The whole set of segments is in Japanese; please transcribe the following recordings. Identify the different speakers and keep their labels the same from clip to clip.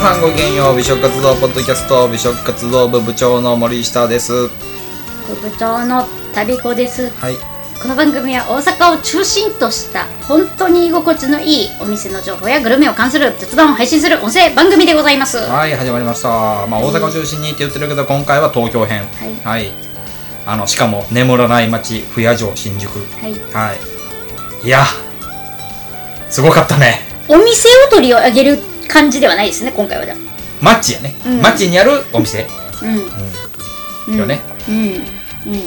Speaker 1: さんごきげんよう美食活動ポッドキャスト美食活動部部長の森下ですは
Speaker 2: 部長の旅子です
Speaker 1: い
Speaker 2: この番組は大阪を中心とした本当に居心地のいいお店の情報やグルメを関する鉄道を配信する音声番組でございますは
Speaker 1: はい始まりましたまあ大阪を中心にって言ってるけど今回は東京編
Speaker 2: い
Speaker 1: はいあのしかも眠らない街不夜城新宿
Speaker 2: はい
Speaker 1: はいいやすごかったね
Speaker 2: お店を取り上げる感じではないですね今回はじゃあ
Speaker 1: マッチやね、
Speaker 2: うん
Speaker 1: マッチにあるお店、
Speaker 2: うん、うん、
Speaker 1: よね
Speaker 2: うんうん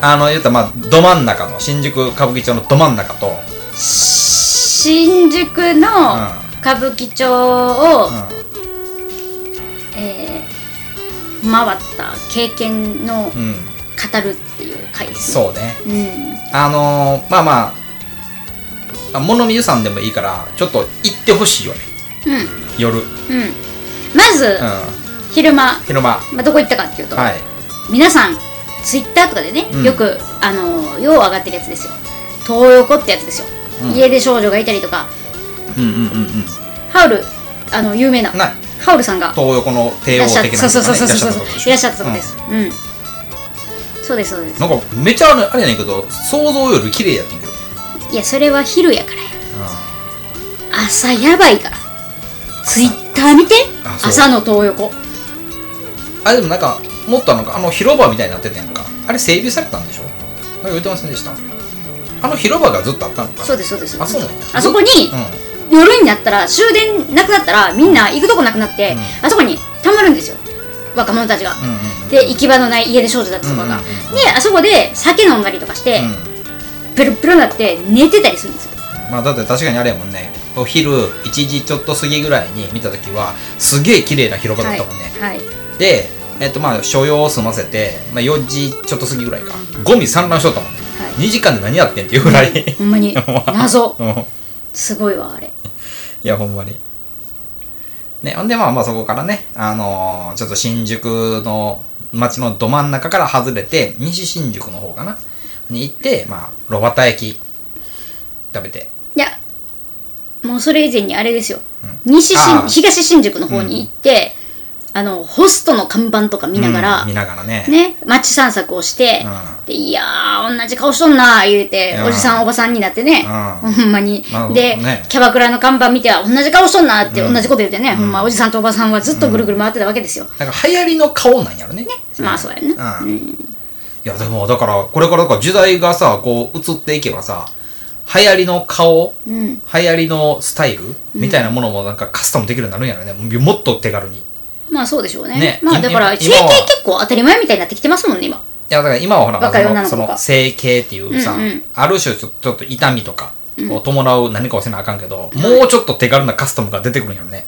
Speaker 1: あの言ったらまあど真ん中の新宿歌舞伎町のど真ん中と
Speaker 2: 新宿の歌舞伎町を、
Speaker 1: う
Speaker 2: えー回った経験
Speaker 1: ん、
Speaker 2: の語
Speaker 1: うん、
Speaker 2: るっていう回ですね
Speaker 1: そうね
Speaker 2: う、うん、
Speaker 1: あのーまあまああ物見湯さんでもいいからちょっと行ってほしいよね
Speaker 2: うん
Speaker 1: 夜、うん、
Speaker 2: うん、まず、昼間、
Speaker 1: 昼間
Speaker 2: まあ、どこ行ったかっていうと、
Speaker 1: はい
Speaker 2: 皆さんツイッターとかでね、
Speaker 1: うん
Speaker 2: よくあのよう上がってるやつですよ東横ってやつですよ、
Speaker 1: うん
Speaker 2: 家出少女がいたりとか
Speaker 1: うんうんうんうん
Speaker 2: ハウルあの有名な
Speaker 1: な
Speaker 2: ハウルさんが
Speaker 1: 東横の
Speaker 2: い
Speaker 1: 帝
Speaker 2: ら
Speaker 1: 王
Speaker 2: っ
Speaker 1: 的
Speaker 2: しゃ
Speaker 1: な人がね
Speaker 2: っそうそうそうそうそう
Speaker 1: いらっしゃったとこでし
Speaker 2: い
Speaker 1: ょ
Speaker 2: らっしゃったとこですうん、そうですそうです
Speaker 1: なんかめちゃあれやねんけど想像より綺麗やってんけど、
Speaker 2: いやそれは昼やからや朝やばいからツイッター見て
Speaker 1: あそう
Speaker 2: 朝の東横
Speaker 1: あでもなんかもっとあのあの広場みたいになってたやんかあれ整備されたんでしょなんか言ってませんでしたあの広場がずっとあったのか
Speaker 2: そうですそうです
Speaker 1: あそうなんや
Speaker 2: あそこに、
Speaker 1: うん
Speaker 2: 夜になったら終電なくなったらみんな行くとこなくなって、
Speaker 1: う
Speaker 2: あそこにたまるんですよ若者たちが、
Speaker 1: うんうん
Speaker 2: で行き場のない家出少女たちとかが、
Speaker 1: うんうんうん
Speaker 2: であそこで酒飲んだりとかして、
Speaker 1: うん、
Speaker 2: ペロペロになって寝てたりするんですよ
Speaker 1: まあだって確かにあれやもんねお昼1時ちょっと過ぎぐらいに見た時はすげえ綺麗な広場だ
Speaker 2: は
Speaker 1: っ
Speaker 2: い
Speaker 1: たもんね、
Speaker 2: はい
Speaker 1: でえっとまあ所要を済ませて、まあ、4時ちょっと過ぎぐらいかゴミ散乱しとったもんね、
Speaker 2: は
Speaker 1: 2
Speaker 2: い
Speaker 1: 時間で何やってんっていうぐらい
Speaker 2: ほん まに謎
Speaker 1: うん
Speaker 2: すごいわあれ
Speaker 1: いやほんまにねほんでまあまあそこからねあのーちょっと新宿の街のど真ん中から外れて西新宿の方かなに行ってまあ炉端焼き食べて
Speaker 2: いやもうそれ以前にあれですよ、西新
Speaker 1: あー
Speaker 2: 東新宿の方に行って、あのホストの看板とか見ながら、
Speaker 1: うん見ながらね
Speaker 2: ね、街散策をして、
Speaker 1: うん
Speaker 2: でいやー同じ顔しとんなー言うて、
Speaker 1: うん
Speaker 2: おじさんおばさんになってね、
Speaker 1: うん
Speaker 2: ほんまに、
Speaker 1: まあ
Speaker 2: で、
Speaker 1: ね
Speaker 2: キャバクラの看板見ては同じ顔しとんなーって同じこと言うてね、ほんまおじさんとおばさんはずっとぐるぐる回ってたわけですよ、
Speaker 1: なんか流行りの顔なんやろね。
Speaker 2: まあそうやね、
Speaker 1: うん。いやでもだからこれからだから時代がさこう移っていけばさ流行りの顔、
Speaker 2: ん
Speaker 1: 流行りのスタイルみたいなものもなんかカスタムできるようになるんやろね。もっと手軽に。い
Speaker 2: まあそうでしょうね
Speaker 1: ね
Speaker 2: まあだから
Speaker 1: い
Speaker 2: 整
Speaker 1: 今は
Speaker 2: 形結構当たり前みたいになってきてますもんね今
Speaker 1: やだから今はほ
Speaker 2: 若い
Speaker 1: ら
Speaker 2: 女の
Speaker 1: そ
Speaker 2: 子
Speaker 1: のそ
Speaker 2: が
Speaker 1: の整形っていうさ、
Speaker 2: うんうん
Speaker 1: ある種ちょちょっと痛みとかを伴う何かをせなあかんけど、もうちょっと手軽なカスタムが出てくるんやろね。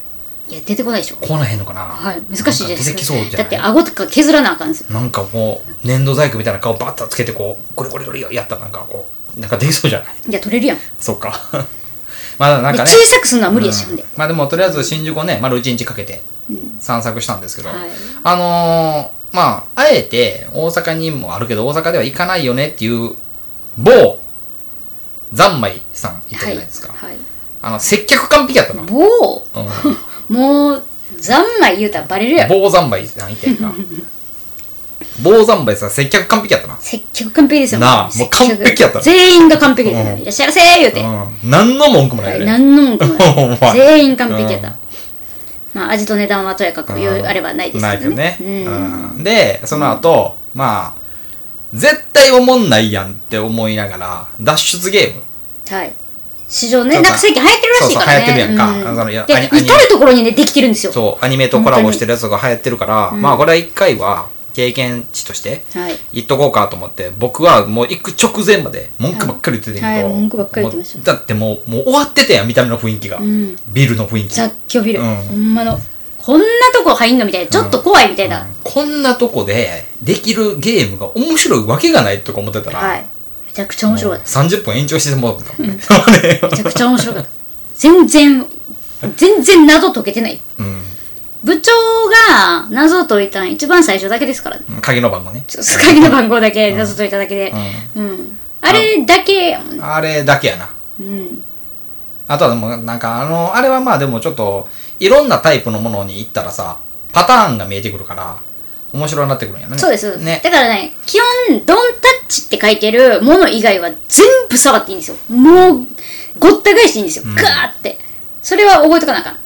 Speaker 2: いや出てこないでしょ
Speaker 1: こうなへんのかな。
Speaker 2: はい難しい
Speaker 1: なん
Speaker 2: で
Speaker 1: か
Speaker 2: す
Speaker 1: 出てきそうじゃない
Speaker 2: だって顎とか削らなあかんですよ
Speaker 1: なんかもう粘土細工みたいな顔バッとつけてこうこれこれこれやったらなんかこうなんかできそうじゃない
Speaker 2: いや取れるやん
Speaker 1: そうか まだなん
Speaker 2: で
Speaker 1: かね
Speaker 2: 小さくするのは無理やし、ほんで
Speaker 1: まあでもとりあえず新宿をね丸1日かけて散策したんですけど、
Speaker 2: はい
Speaker 1: あのーまああえて大阪にもあるけど大阪では行かないよねっていう某三昧さん行ったじゃないですか、
Speaker 2: はい、
Speaker 1: あの接客完璧やったな、
Speaker 2: は
Speaker 1: う
Speaker 2: い、
Speaker 1: ん、
Speaker 2: もうもうざんまい言うたらバレるやろ
Speaker 1: 某三昧さん行ったやん か某三昧さん接客完璧やったな
Speaker 2: 接客完璧ですよ。
Speaker 1: なあもう完璧やった
Speaker 2: 全員が完璧です
Speaker 1: う
Speaker 2: よ。
Speaker 1: ん
Speaker 2: いらっしゃいませー言うて。
Speaker 1: うん、何の文句もない
Speaker 2: は
Speaker 1: よ
Speaker 2: い
Speaker 1: ね、
Speaker 2: 何の文句も
Speaker 1: ほん
Speaker 2: な
Speaker 1: ま
Speaker 2: い。全員完璧やっ
Speaker 1: うん
Speaker 2: た。まあ、味と値段はとやかく言う
Speaker 1: うん
Speaker 2: あればないです
Speaker 1: ないけ
Speaker 2: け
Speaker 1: ど
Speaker 2: ど
Speaker 1: ね
Speaker 2: ね。、うん
Speaker 1: うんでその後、まあ絶対おもんないやんって思いながら脱出ゲーム
Speaker 2: はい。市場
Speaker 1: そ
Speaker 2: ね、
Speaker 1: う
Speaker 2: な
Speaker 1: か
Speaker 2: んか最近流行ってるらしいからね。
Speaker 1: そうそう流行ってるやんか
Speaker 2: う
Speaker 1: そのいやアニア
Speaker 2: で、
Speaker 1: ニ
Speaker 2: 至るところにね、できてるんですよ。
Speaker 1: そうアニメとコラボしてるやつが流行ってるから、まあこれは一回は経験値として
Speaker 2: はい。
Speaker 1: 言っとこうかと思って僕はもう行く直前まで文句ばっかり言ってたけど、
Speaker 2: はいはい文句ばっかり言ってました
Speaker 1: もうだってもうもう終わってたやん見た目の雰囲気が、
Speaker 2: ん
Speaker 1: ビルの雰囲気
Speaker 2: 雑居ビル。
Speaker 1: うん
Speaker 2: ほんまの。こんなとこ入んのみたいな。ちょっと怖いみたいな。
Speaker 1: こんなとこでできるゲームが面白いわけがないとか思ってたら、
Speaker 2: はい。めちゃくちゃ面白かった。
Speaker 1: 30分延長してもらったもんね。
Speaker 2: めちゃくちゃ面白かった。全然、全然謎解けてない。
Speaker 1: う
Speaker 2: 部長が謎解いたん一番最初だけですからね。
Speaker 1: ん。鍵の番もね。
Speaker 2: ちょスカギの番号だけ謎解いただけで。うん。あれだけやもんね。
Speaker 1: あれだけやな。
Speaker 2: うん。
Speaker 1: あとはでも、なんかあの、あれはまあでもちょっと、いろんなタイプのものに行ったらさ、パターンが見えてくるから、面白くなってくるんやね。
Speaker 2: そうです、
Speaker 1: ね。
Speaker 2: だからね基本ドンタッチって書いてるもの以外は全部触っていいんですよもうごった返していいんですよ、ガーってそれは覚えとかなあかん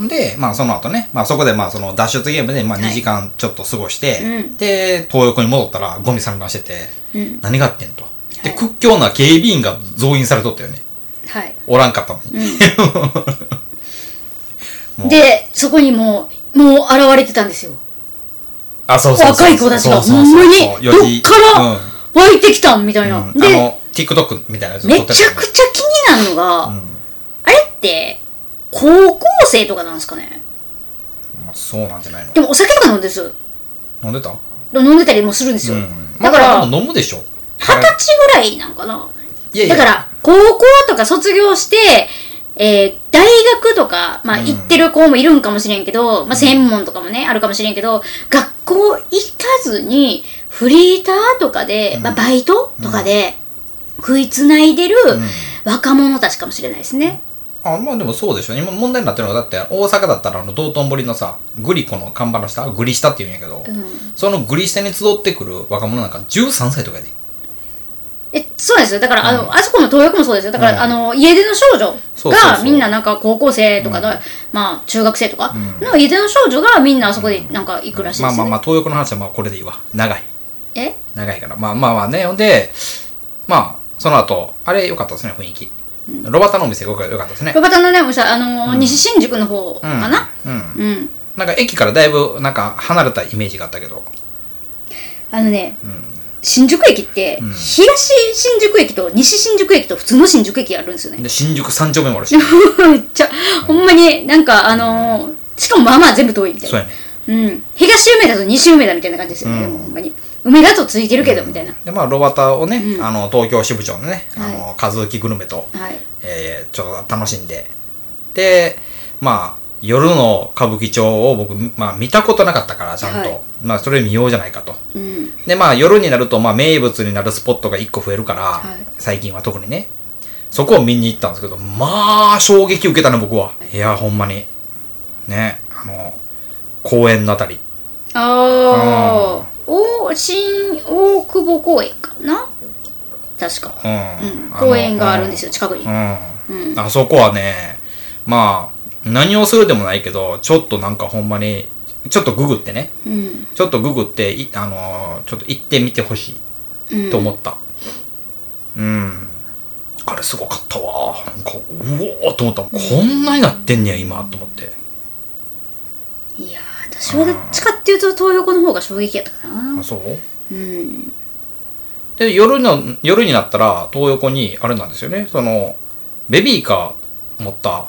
Speaker 2: うん
Speaker 1: で、まあその後ね、まあそこでまあその脱出ゲームでまあ
Speaker 2: はい
Speaker 1: 2時間ちょっと過ごして、
Speaker 2: うん
Speaker 1: で、東横に戻ったらゴミ散乱してて、
Speaker 2: うん
Speaker 1: 何があってんと。で、
Speaker 2: はい
Speaker 1: 屈強な警備員が増員されとったよね。
Speaker 2: はい
Speaker 1: おらんかったのに。もう
Speaker 2: でそこにもうもう現れてたんですよ
Speaker 1: あ、そうそうそう
Speaker 2: 若い子たち
Speaker 1: そ
Speaker 2: が
Speaker 1: うそ
Speaker 2: ほ
Speaker 1: うん
Speaker 2: ま
Speaker 1: そう
Speaker 2: に
Speaker 1: そう
Speaker 2: どっから湧いてきたんみたいな、
Speaker 1: うんうんあ
Speaker 2: で
Speaker 1: の、TikTok みたいなやつ
Speaker 2: めちゃくちゃ
Speaker 1: ち
Speaker 2: 気になるのが、
Speaker 1: うん
Speaker 2: あれって高校生とかなんですかね
Speaker 1: まあそうなんじゃないの
Speaker 2: でもお酒とか飲んです
Speaker 1: 飲んでた
Speaker 2: 飲んでたりもするんですよ、
Speaker 1: うん。
Speaker 2: だから
Speaker 1: まあでも飲むでしょ。
Speaker 2: 二十歳ぐらいなんかな。
Speaker 1: いやいや
Speaker 2: だから、高校とか卒業して、えー大学とか、まあ、
Speaker 1: うん
Speaker 2: 行ってる子もいるんかもしれんけど、まあ、専門とかもね、あるかもしれんけど、学校行かずに、フリーターとかで、まあ、バイトとかで、食いつないでる若者たちかもしれないですね。
Speaker 1: あまあでもそうでしょ今問題になってるのはだって大阪だったらあの道頓堀のさグリコの看板の下グリ下って言うんやけど、
Speaker 2: うん。
Speaker 1: そのグリ下に集ってくる若者なんか13歳とかやで
Speaker 2: え、そうなんですよ。だから、あの、あそこの東北もそうですよ。だから、
Speaker 1: うん
Speaker 2: あの、家出の少女
Speaker 1: そうそうそ
Speaker 2: が、
Speaker 1: う
Speaker 2: みんななんか高校生とかの、まあ、中学生とかの家出の少女が、みんなあそこでなんか行くらしい
Speaker 1: ま
Speaker 2: で
Speaker 1: あ
Speaker 2: す
Speaker 1: まあ
Speaker 2: よ、ね
Speaker 1: まあ東横の話はまあこれでいいわ長い
Speaker 2: え
Speaker 1: 長いからまあまあまあねほんでまあその後あれ良かったですね雰囲気、ロバタのお店が良かったですね
Speaker 2: ロバタのね、おっしゃあのー、西新宿の方
Speaker 1: うん
Speaker 2: かな
Speaker 1: うん
Speaker 2: うん。
Speaker 1: なんか駅からだいぶなんか離れたイメージがあったけど
Speaker 2: あのね、新宿駅って、東新宿駅と西新宿駅と普通の新宿駅あるんですよね。
Speaker 1: で新宿三丁目もあるし
Speaker 2: めっちゃ、ほんまになんか、あのー、しかもまあまあ全部遠いみたいな。
Speaker 1: そうやね
Speaker 2: うん、東梅田と西梅田みたいな感じですよね、でもほんまに梅田とついてるけどみたいな、
Speaker 1: でまあロバタをね、
Speaker 2: ん
Speaker 1: あの東京支部長のね、あの和浮グルメと
Speaker 2: はい
Speaker 1: えーちょっと楽しんで。で、まあ、夜の歌舞伎町を僕、まあ見たことなかったから、ちゃんと。
Speaker 2: はい
Speaker 1: まあ、それ見ようじゃないかと。
Speaker 2: うん
Speaker 1: で、まあ夜になると、まあ名物になるスポットが一個増えるから、
Speaker 2: はい
Speaker 1: 最近は特にね。そこを見に行ったんですけど、まあ衝撃受けたね、僕は。いや、ほんまに。ね、あの、公園のあたり。
Speaker 2: ああお新大久保公園かな確か、
Speaker 1: うん。
Speaker 2: うん、
Speaker 1: あの
Speaker 2: 公園があるんですよ近くに
Speaker 1: う
Speaker 2: う
Speaker 1: ん、
Speaker 2: ん
Speaker 1: あそこはね、まあ、何をするでもないけど、ちょっとなんかほんまに、ちょっとググってね、
Speaker 2: うん
Speaker 1: ちょっとググって、いあのーちょっと行ってみてほし
Speaker 2: うん
Speaker 1: いと思った。うん。あれすごかったわ。なんか、うおーっと思った。こんなになってんねや、今、と思って。
Speaker 2: いやー私はどっちかっていうと東横の方が衝撃やったか
Speaker 1: あ、
Speaker 2: な
Speaker 1: そう
Speaker 2: うん
Speaker 1: で、夜の、夜になったら、東横に、あれなんですよね、その、ベビーカー持った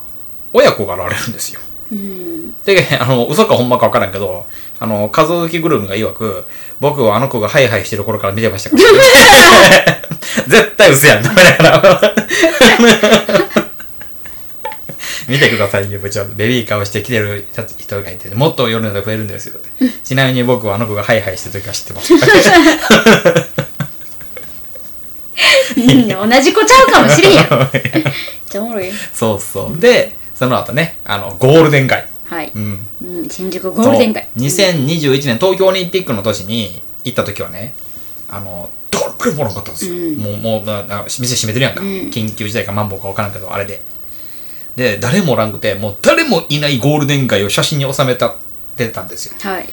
Speaker 1: 親子が現れるんですよ。
Speaker 2: うん
Speaker 1: で、あの、嘘かほん まかわからんけど、あの、和浮グルメが曰く、僕はあの子がハイハイしてる頃から見てましたから。 絶対嘘やん、 ダメだから。見てくださいよ、部長。ベビーカーをして来てる人がいて、もっと夜の増えるんですよって。ちなみに僕はあの子がハイハイしてる時は知ってます。
Speaker 2: みんな同じ子ちゃうかもしれんやんめっちゃおもろいよ
Speaker 1: そうそう。で、その後ね、あの、ゴールデン街。
Speaker 2: はい、
Speaker 1: うん。
Speaker 2: うん、新宿ゴールデン街
Speaker 1: そう2021年東京オリンピックの年に行った時はねあの誰もおらんかったんですよ、
Speaker 2: うん
Speaker 1: もうもうなな店閉めてるやんか、
Speaker 2: うん
Speaker 1: 緊急事態かマンボウか分からんけどあれでで誰もおらんくてもう誰もいないゴールデン街を写真に収めたってたんですよ
Speaker 2: はい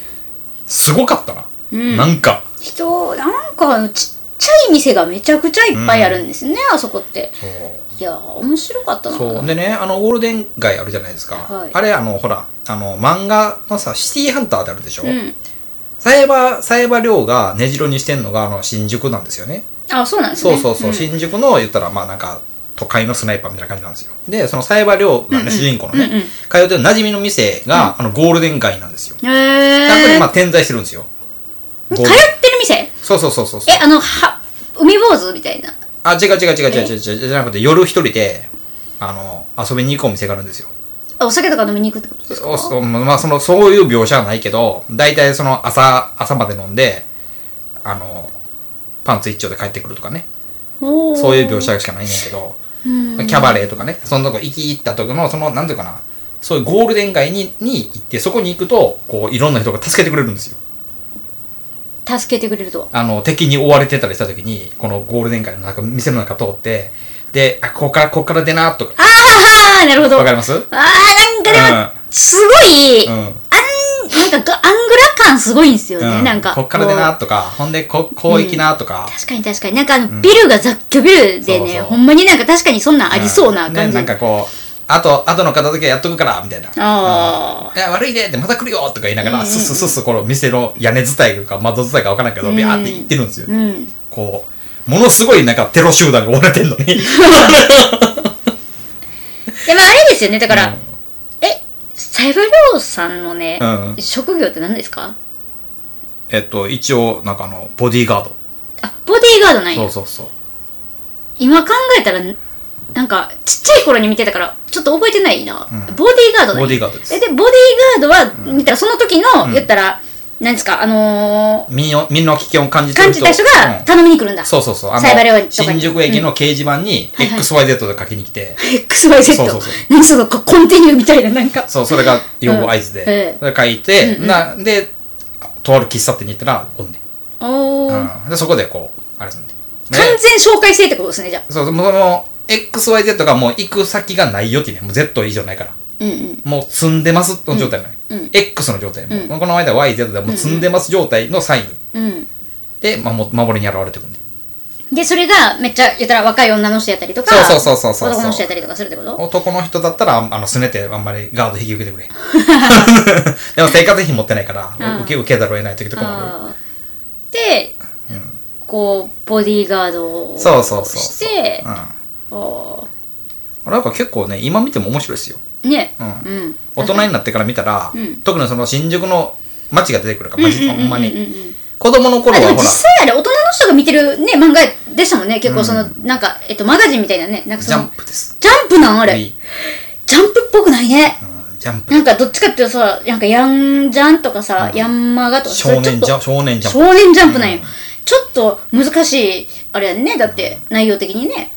Speaker 1: すごかったな、
Speaker 2: うん
Speaker 1: なんか
Speaker 2: 人なんかあのちっちゃい店がめちゃくちゃいっぱいあるんですね、あそこって
Speaker 1: そう
Speaker 2: いやー面白かったな
Speaker 1: そうでねあのゴールデン街あるじゃないですか、
Speaker 2: はい
Speaker 1: あれあのほらあの漫画のさシティハンターってあるでしょ、
Speaker 2: うん
Speaker 1: サイバーサイバー量が根城にしてんのがあの新宿なんですよね
Speaker 2: あそうなんです
Speaker 1: そ
Speaker 2: ね
Speaker 1: うそうそう、
Speaker 2: ん
Speaker 1: 新宿の言ったらまあなんか都会のスナイパーみたいな感じなんですよでその冴羽亮がね、主人公のね、
Speaker 2: うんうん
Speaker 1: 通ってる馴染みの店が、あのゴールデン街なんですよ
Speaker 2: へ
Speaker 1: やっぱり
Speaker 2: え
Speaker 1: まあ点在してるんですよゴ
Speaker 2: 通
Speaker 1: ー
Speaker 2: っ
Speaker 1: ル
Speaker 2: てる店え
Speaker 1: そうそうそうそうそう
Speaker 2: あのは海坊主みたいな
Speaker 1: あ違う違う違う違う違う違うじゃなくて夜一人であの遊びに行くお店があるんですよ
Speaker 2: あお酒とか飲みに行くってことですか
Speaker 1: おそまあそのそういう描写はないけど大体その朝朝まで飲んであのパンツ一丁で帰ってくるとかね
Speaker 2: おー
Speaker 1: そういう描写しかないねんけど
Speaker 2: うん
Speaker 1: キャバレーとかね、そのとこ行き行った時の、その、なんていうかな、そういうゴールデン街にに行って、そこに行くと、こう、いろんな人が助けてくれるんですよ。
Speaker 2: 助けてくれると。
Speaker 1: あの、敵に追われてたりした時に、このゴールデン街の中、店の中通って、で、あ、ここから、ここから出な、とか、
Speaker 2: ああ、なるほど。
Speaker 1: わか
Speaker 2: あ
Speaker 1: りますうん。
Speaker 2: あー、なんかでも、すごい、
Speaker 1: う
Speaker 2: あん、
Speaker 1: ん。
Speaker 2: なんかがアングラ感すごいんですよね。
Speaker 1: うん
Speaker 2: なんか。
Speaker 1: こっから出な、
Speaker 2: も
Speaker 1: とか、ほんで、こ、こう行きな、とか
Speaker 2: う。。確かに確かに。なんかあの、ビルが雑居ビルでね、
Speaker 1: そうそう
Speaker 2: ほんまになんか確かにそんなんありそうな
Speaker 1: ね
Speaker 2: 感じ。
Speaker 1: なんかこう、あと、あとの片付けやっとくから、みたいな。
Speaker 2: あ
Speaker 1: いや、悪いねって、また来るよとか言いなが
Speaker 2: うん
Speaker 1: ら、
Speaker 2: うん
Speaker 1: すっすっすっす、この店の屋根伝いか窓伝いか分からんけど、ビャーって行ってるんですよ
Speaker 2: あ。。うん。
Speaker 1: こう、ものすごいなんかテロ集団が追われてんのに。
Speaker 2: でもあれですよね、だから、
Speaker 1: うん
Speaker 2: え、サイバリョウさんのね、
Speaker 1: うん
Speaker 2: 職業って何ですか
Speaker 1: えっと、一応、なんかあの、ボディーガード。
Speaker 2: あ、ボディーガードなん
Speaker 1: そう
Speaker 2: や。
Speaker 1: そうそう。
Speaker 2: 今考えたら、なんか、ちっちゃい頃に見てたから、ちょっと覚えてないな。
Speaker 1: うん
Speaker 2: ボディーガードなんや
Speaker 1: ボディーガードです
Speaker 2: え、で、ボディーガードは、見たら、その時の、
Speaker 1: うん
Speaker 2: 言ったら、なんですか、あの
Speaker 1: 身の、身の危険を感じ
Speaker 2: ー、
Speaker 1: てる
Speaker 2: 感じた人が
Speaker 1: うん
Speaker 2: 頼みに来るんだ。
Speaker 1: そうそうそう。あ
Speaker 2: サイバル用
Speaker 1: の、
Speaker 2: とか
Speaker 1: 新
Speaker 2: に
Speaker 1: 宿駅の掲示板に、
Speaker 2: はいはい
Speaker 1: XYZ で書きに来て、
Speaker 2: XYZ。
Speaker 1: そうそうそう
Speaker 2: 何そのコンティニューみたいな、なんか。
Speaker 1: そう、それが用語合図
Speaker 2: うん
Speaker 1: で
Speaker 2: ええ、
Speaker 1: それ書いて、な、で、とある喫茶店に行ったら、おんねん。
Speaker 2: おー、
Speaker 1: うんで、そこでこう、あれすんねん。で
Speaker 2: 完全紹介制ってことですね、じゃあ。
Speaker 1: そう、もうその、XYZ がもう行く先がないよってね、もう Z 以上ないから。
Speaker 2: うんうん。
Speaker 1: もう積んでますの状態なのよ、
Speaker 2: うんうん
Speaker 1: X の状態。もう
Speaker 2: うん
Speaker 1: この間 YZ でもう積んでます状態のサイン
Speaker 2: うん。
Speaker 1: で、まも守りに現れてくるんで。
Speaker 2: で、それがめっちゃ言ったら若い女の人やったりとか、
Speaker 1: そうそうそうそうそう
Speaker 2: 男の人やったりとかするってこと
Speaker 1: 男の人だったら、あの、すねてあんまりガード引き受けて くれ。でも生活費持ってないから
Speaker 2: あ、ー
Speaker 1: 受け、受けざるを得ない時とかもある。
Speaker 2: あーで、こう、ボディーガードを
Speaker 1: そうそうそう
Speaker 2: し
Speaker 1: そう。
Speaker 2: て
Speaker 1: う、ん。
Speaker 2: あ
Speaker 1: なんか結構ね、今見ても面白いですよ。
Speaker 2: ーね、
Speaker 1: うん
Speaker 2: うん。
Speaker 1: 大人になってから見たら、
Speaker 2: うん
Speaker 1: 特にその新宿の街が出てくるから、マジ、ほんま
Speaker 2: うんうん
Speaker 1: に。
Speaker 2: うんうん
Speaker 1: 子供の頃
Speaker 2: あで
Speaker 1: は
Speaker 2: も
Speaker 1: ほ
Speaker 2: 実
Speaker 1: ら、
Speaker 2: 際あれ、大人の人が見てるね、漫画でしたもんね。結構その、なんか、えっと、マガジンみたいなね。なんか
Speaker 1: ジ
Speaker 2: そ
Speaker 1: ャン
Speaker 2: の、
Speaker 1: プです。
Speaker 2: ジャンプなんあれ。
Speaker 1: いい
Speaker 2: ジャンプっぽくないね。
Speaker 1: うんジャンプ。
Speaker 2: なんかどっちかっていうとさ、なんかヤンジャンとかさ、ヤンマガとかそれ
Speaker 1: 少
Speaker 2: ちょっ
Speaker 1: 年
Speaker 2: と
Speaker 1: ジャン、少年ジャンプ。
Speaker 2: 少年ジャンプなんよ、ちょっと難しいあれやんねだって内容的にね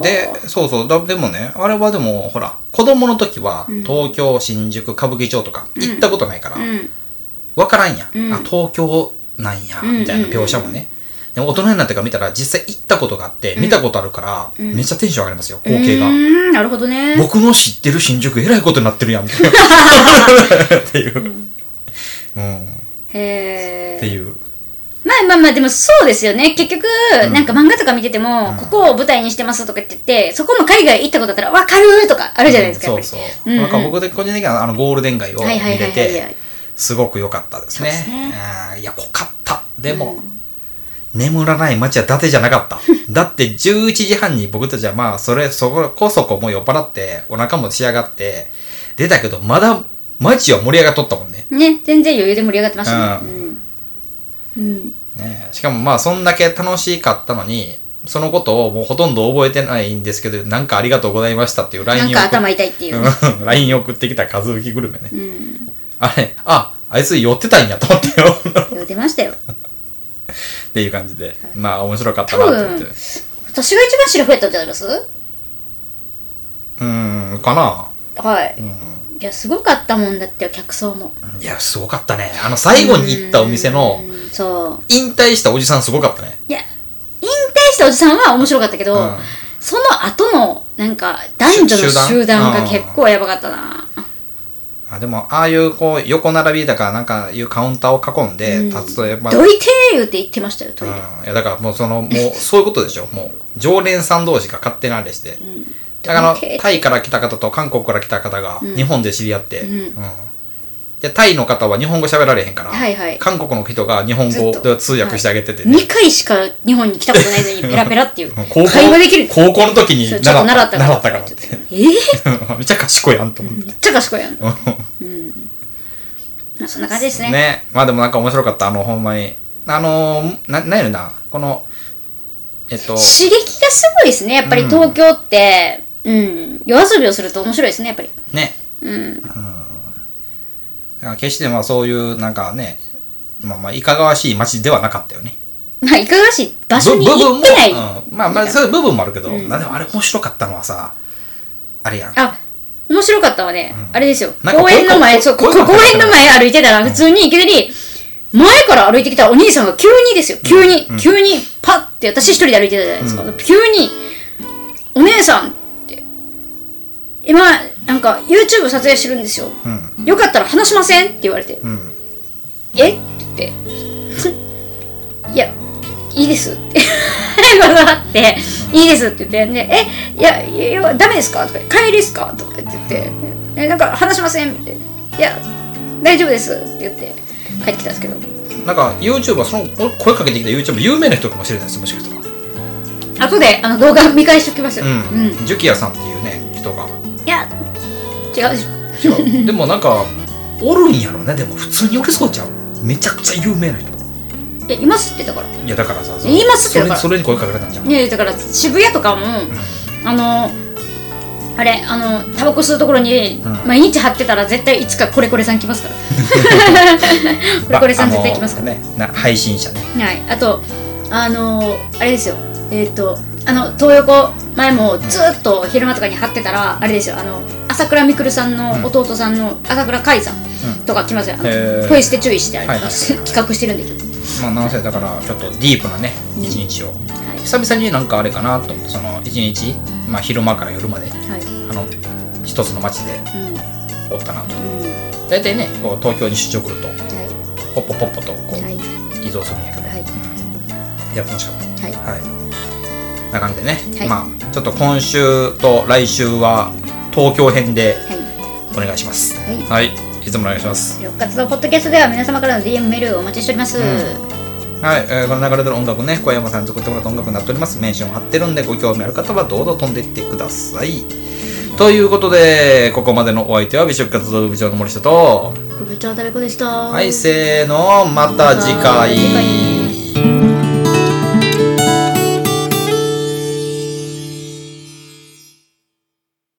Speaker 1: でそうそうだでもねあれはでもほら子供の時は東京、新宿歌舞伎町とか行ったことないから、
Speaker 2: うん
Speaker 1: 分からんや、
Speaker 2: うん
Speaker 1: あ東京なんや
Speaker 2: うん
Speaker 1: みたいな描写もね、でも大人になってから見たら実際行ったことがあって、見たことあるから、めっちゃテンション上がりますよ光景が、
Speaker 2: うーんなるほどね
Speaker 1: 僕の知ってる新宿えらいことになってるやんみた いなっていううん、っ
Speaker 2: へ
Speaker 1: て
Speaker 2: え
Speaker 1: いう
Speaker 2: まあまあまあでもそうですよね結局、なんか漫画とか見てても、ここを舞台にしてますとかって言ってそこも海外行ったことだったらわかるとかあるじゃないですか、
Speaker 1: う
Speaker 2: や
Speaker 1: ん
Speaker 2: っぱり
Speaker 1: そうそう、
Speaker 2: んん
Speaker 1: なんか僕で個人的にはあのゴールデン街を見
Speaker 2: はいはい
Speaker 1: れ
Speaker 2: はいはいは
Speaker 1: て
Speaker 2: い
Speaker 1: すごく良かったですね
Speaker 2: そうですね
Speaker 1: あーいや濃かったでも、眠らない街は伊達じゃなかった だって11時半に僕たちはまあそれそこそこもう酔っ払ってお腹も仕上がって出たけどまだ街は盛り上がっとったもんね
Speaker 2: ね全然余裕で盛り上がってました
Speaker 1: う
Speaker 2: ねうん、うん
Speaker 1: ねえしかもまあそんだけ楽しかったのにそのことをもうほとんど覚えてないんですけどなんかありがとうございましたっていう
Speaker 2: なん
Speaker 1: LINE を
Speaker 2: か
Speaker 1: 送っ
Speaker 2: 頭痛いっていう、
Speaker 1: うん LINE 送ってきた数浮きグルメね
Speaker 2: うん
Speaker 1: あれ、あ、あいつ寄ってたんやと思ってよ。
Speaker 2: 余裕出ましたよ
Speaker 1: っていう感じで。まあ、面白かったなと思って。
Speaker 2: 多分私が一番白増えたんじゃないです
Speaker 1: うーん、かな。
Speaker 2: はい、
Speaker 1: う
Speaker 2: いやすごかったもんだって客層も
Speaker 1: ん。いや、すごかったね。あの、最後に行ったお店の
Speaker 2: う、んそう
Speaker 1: 引退したおじさんすごかったね。
Speaker 2: いや引退したおじさんは面白かったけど、
Speaker 1: うん
Speaker 2: その後のなんか男女の
Speaker 1: 集団
Speaker 2: 集団が結構やばかったな
Speaker 1: あでも、ああいう、こう、横並びだから、なんか、いうカウンターを囲んで、立つと、やっぱ、
Speaker 2: どいてー言って言ってましたよト
Speaker 1: う
Speaker 2: イ
Speaker 1: ん
Speaker 2: レ、
Speaker 1: いやだからもうそのもうそういうことでしょもう常連さん同士が勝手なあれして、だ からあのタイから来た方と韓国から来た方が日本で知り合って、
Speaker 2: ん
Speaker 1: うんでタイの方は日本語喋られへんから、
Speaker 2: はいはい
Speaker 1: 韓国の人が日本
Speaker 2: ず
Speaker 1: 語
Speaker 2: っと
Speaker 1: で通訳してあげてて、ね
Speaker 2: 2回しか日本に来たことないのにペラペラっていう
Speaker 1: 高校
Speaker 2: 会話できる
Speaker 1: 高校の時に習
Speaker 2: そ
Speaker 1: っ
Speaker 2: れちょっ
Speaker 1: た
Speaker 2: と習ったから
Speaker 1: 習ったからっ
Speaker 2: ちょ
Speaker 1: て
Speaker 2: とええ
Speaker 1: めっちゃ賢いやんと思って、
Speaker 2: めっちゃ賢いやん、まあ、そんな感じですね
Speaker 1: ねまあでもなんか面白かったあのほんまにあのーななんやろなこのえっと
Speaker 2: 刺激がすごいですねやっぱり東京ってうん、夜遊びをすると面白いですねやっぱり
Speaker 1: ね
Speaker 2: うん
Speaker 1: だから決してまあそういうなんかねまあまあいかがわしい街ではなかったよね
Speaker 2: まあ、いかがわしい場所に行ってない。
Speaker 1: も、うんまあまあそういう部分もあるけど、なんでもあれ面白かったのはさあれやん
Speaker 2: あ、面白かったわね、あれですよ
Speaker 1: なんか
Speaker 2: 公園の前
Speaker 1: こ
Speaker 2: そうこ
Speaker 1: こ
Speaker 2: 公園の前歩いてたら普通にいきなり前から歩いてきたお兄さんが急にですよ急に、急にパッて私一人で歩いてたじゃないですか、急に「お姉さん」って「今なんか YouTube 撮影してるんですよ、
Speaker 1: うん
Speaker 2: よかったら話しません?」って言われて「
Speaker 1: ん
Speaker 2: えっ?」て 言って「いやいいです」って 断って「いいです」って言って「でえいやいやダメですか?」とか「帰りですか?」とかって言って「えなんか話しません」みたいな「いや大丈夫です」って言って帰ってきたんですけど
Speaker 1: なんか YouTuber その声かけてきた YouTuber 有名な人かもしれないですもしかしたら
Speaker 2: 後であの動画見返しておきますよ、
Speaker 1: う
Speaker 2: うん
Speaker 1: ん
Speaker 2: い
Speaker 1: ジュキヤさんっていうね人が
Speaker 2: や違うでしょ
Speaker 1: 違うでもなんかおるんやろねでも普通におりそうちゃうめちゃくちゃ有名な人
Speaker 2: えいますってだから
Speaker 1: いやだからさそ
Speaker 2: 言いますっ
Speaker 1: そ
Speaker 2: てだ
Speaker 1: れ
Speaker 2: から
Speaker 1: それに声かけられたんじゃん
Speaker 2: いやだから渋谷とかも、あのあれあのタバコ吸うところに
Speaker 1: うん
Speaker 2: 毎日貼ってたら絶対いつかこれこれさん来ますから これこれさん絶対来ますから
Speaker 1: あのねな配信者ね
Speaker 2: はい、あとあのあれですよえっ、とあの東横前もずっと昼間とかに貼ってたら、あれですよあの朝倉未来さんの弟さんの朝倉海さんとか来ますよ、あの
Speaker 1: へー
Speaker 2: ポイ捨て注意してあれ、
Speaker 1: はいはい
Speaker 2: 企画してるんで
Speaker 1: まあなんせだからちょっとディープなね一日を
Speaker 2: はい
Speaker 1: 久々になんかあれかなと思ってその一日まあ昼間から夜まで
Speaker 2: はい、
Speaker 1: あの一つの街で
Speaker 2: うんうん
Speaker 1: おったなと大体ねこう東京に出張来ると
Speaker 2: は
Speaker 1: ポッポポッポとこ
Speaker 2: いはいう
Speaker 1: 移動するんやけど、
Speaker 2: はい
Speaker 1: うんいや楽しかった
Speaker 2: はい
Speaker 1: はい。な感じでね、
Speaker 2: はい
Speaker 1: まあちょっと今週と来週は東京編で
Speaker 2: はい
Speaker 1: お願いします。
Speaker 2: はい
Speaker 1: はい、いつもお願いします。
Speaker 2: 緑活動ポッドキャストでは皆様からの DM メールをお待ちしております、
Speaker 1: はい、えーこの流れでの音楽ね、小山さんに作ってもらった音楽になっております。メンションを貼ってるんで、ご興味ある方はどうぞ飛んでいってください。ということで、ここまでのお相手は美食活動部長の森下と、
Speaker 2: 部長たべこでした
Speaker 1: はい、せーの、また次
Speaker 2: また次
Speaker 1: 回。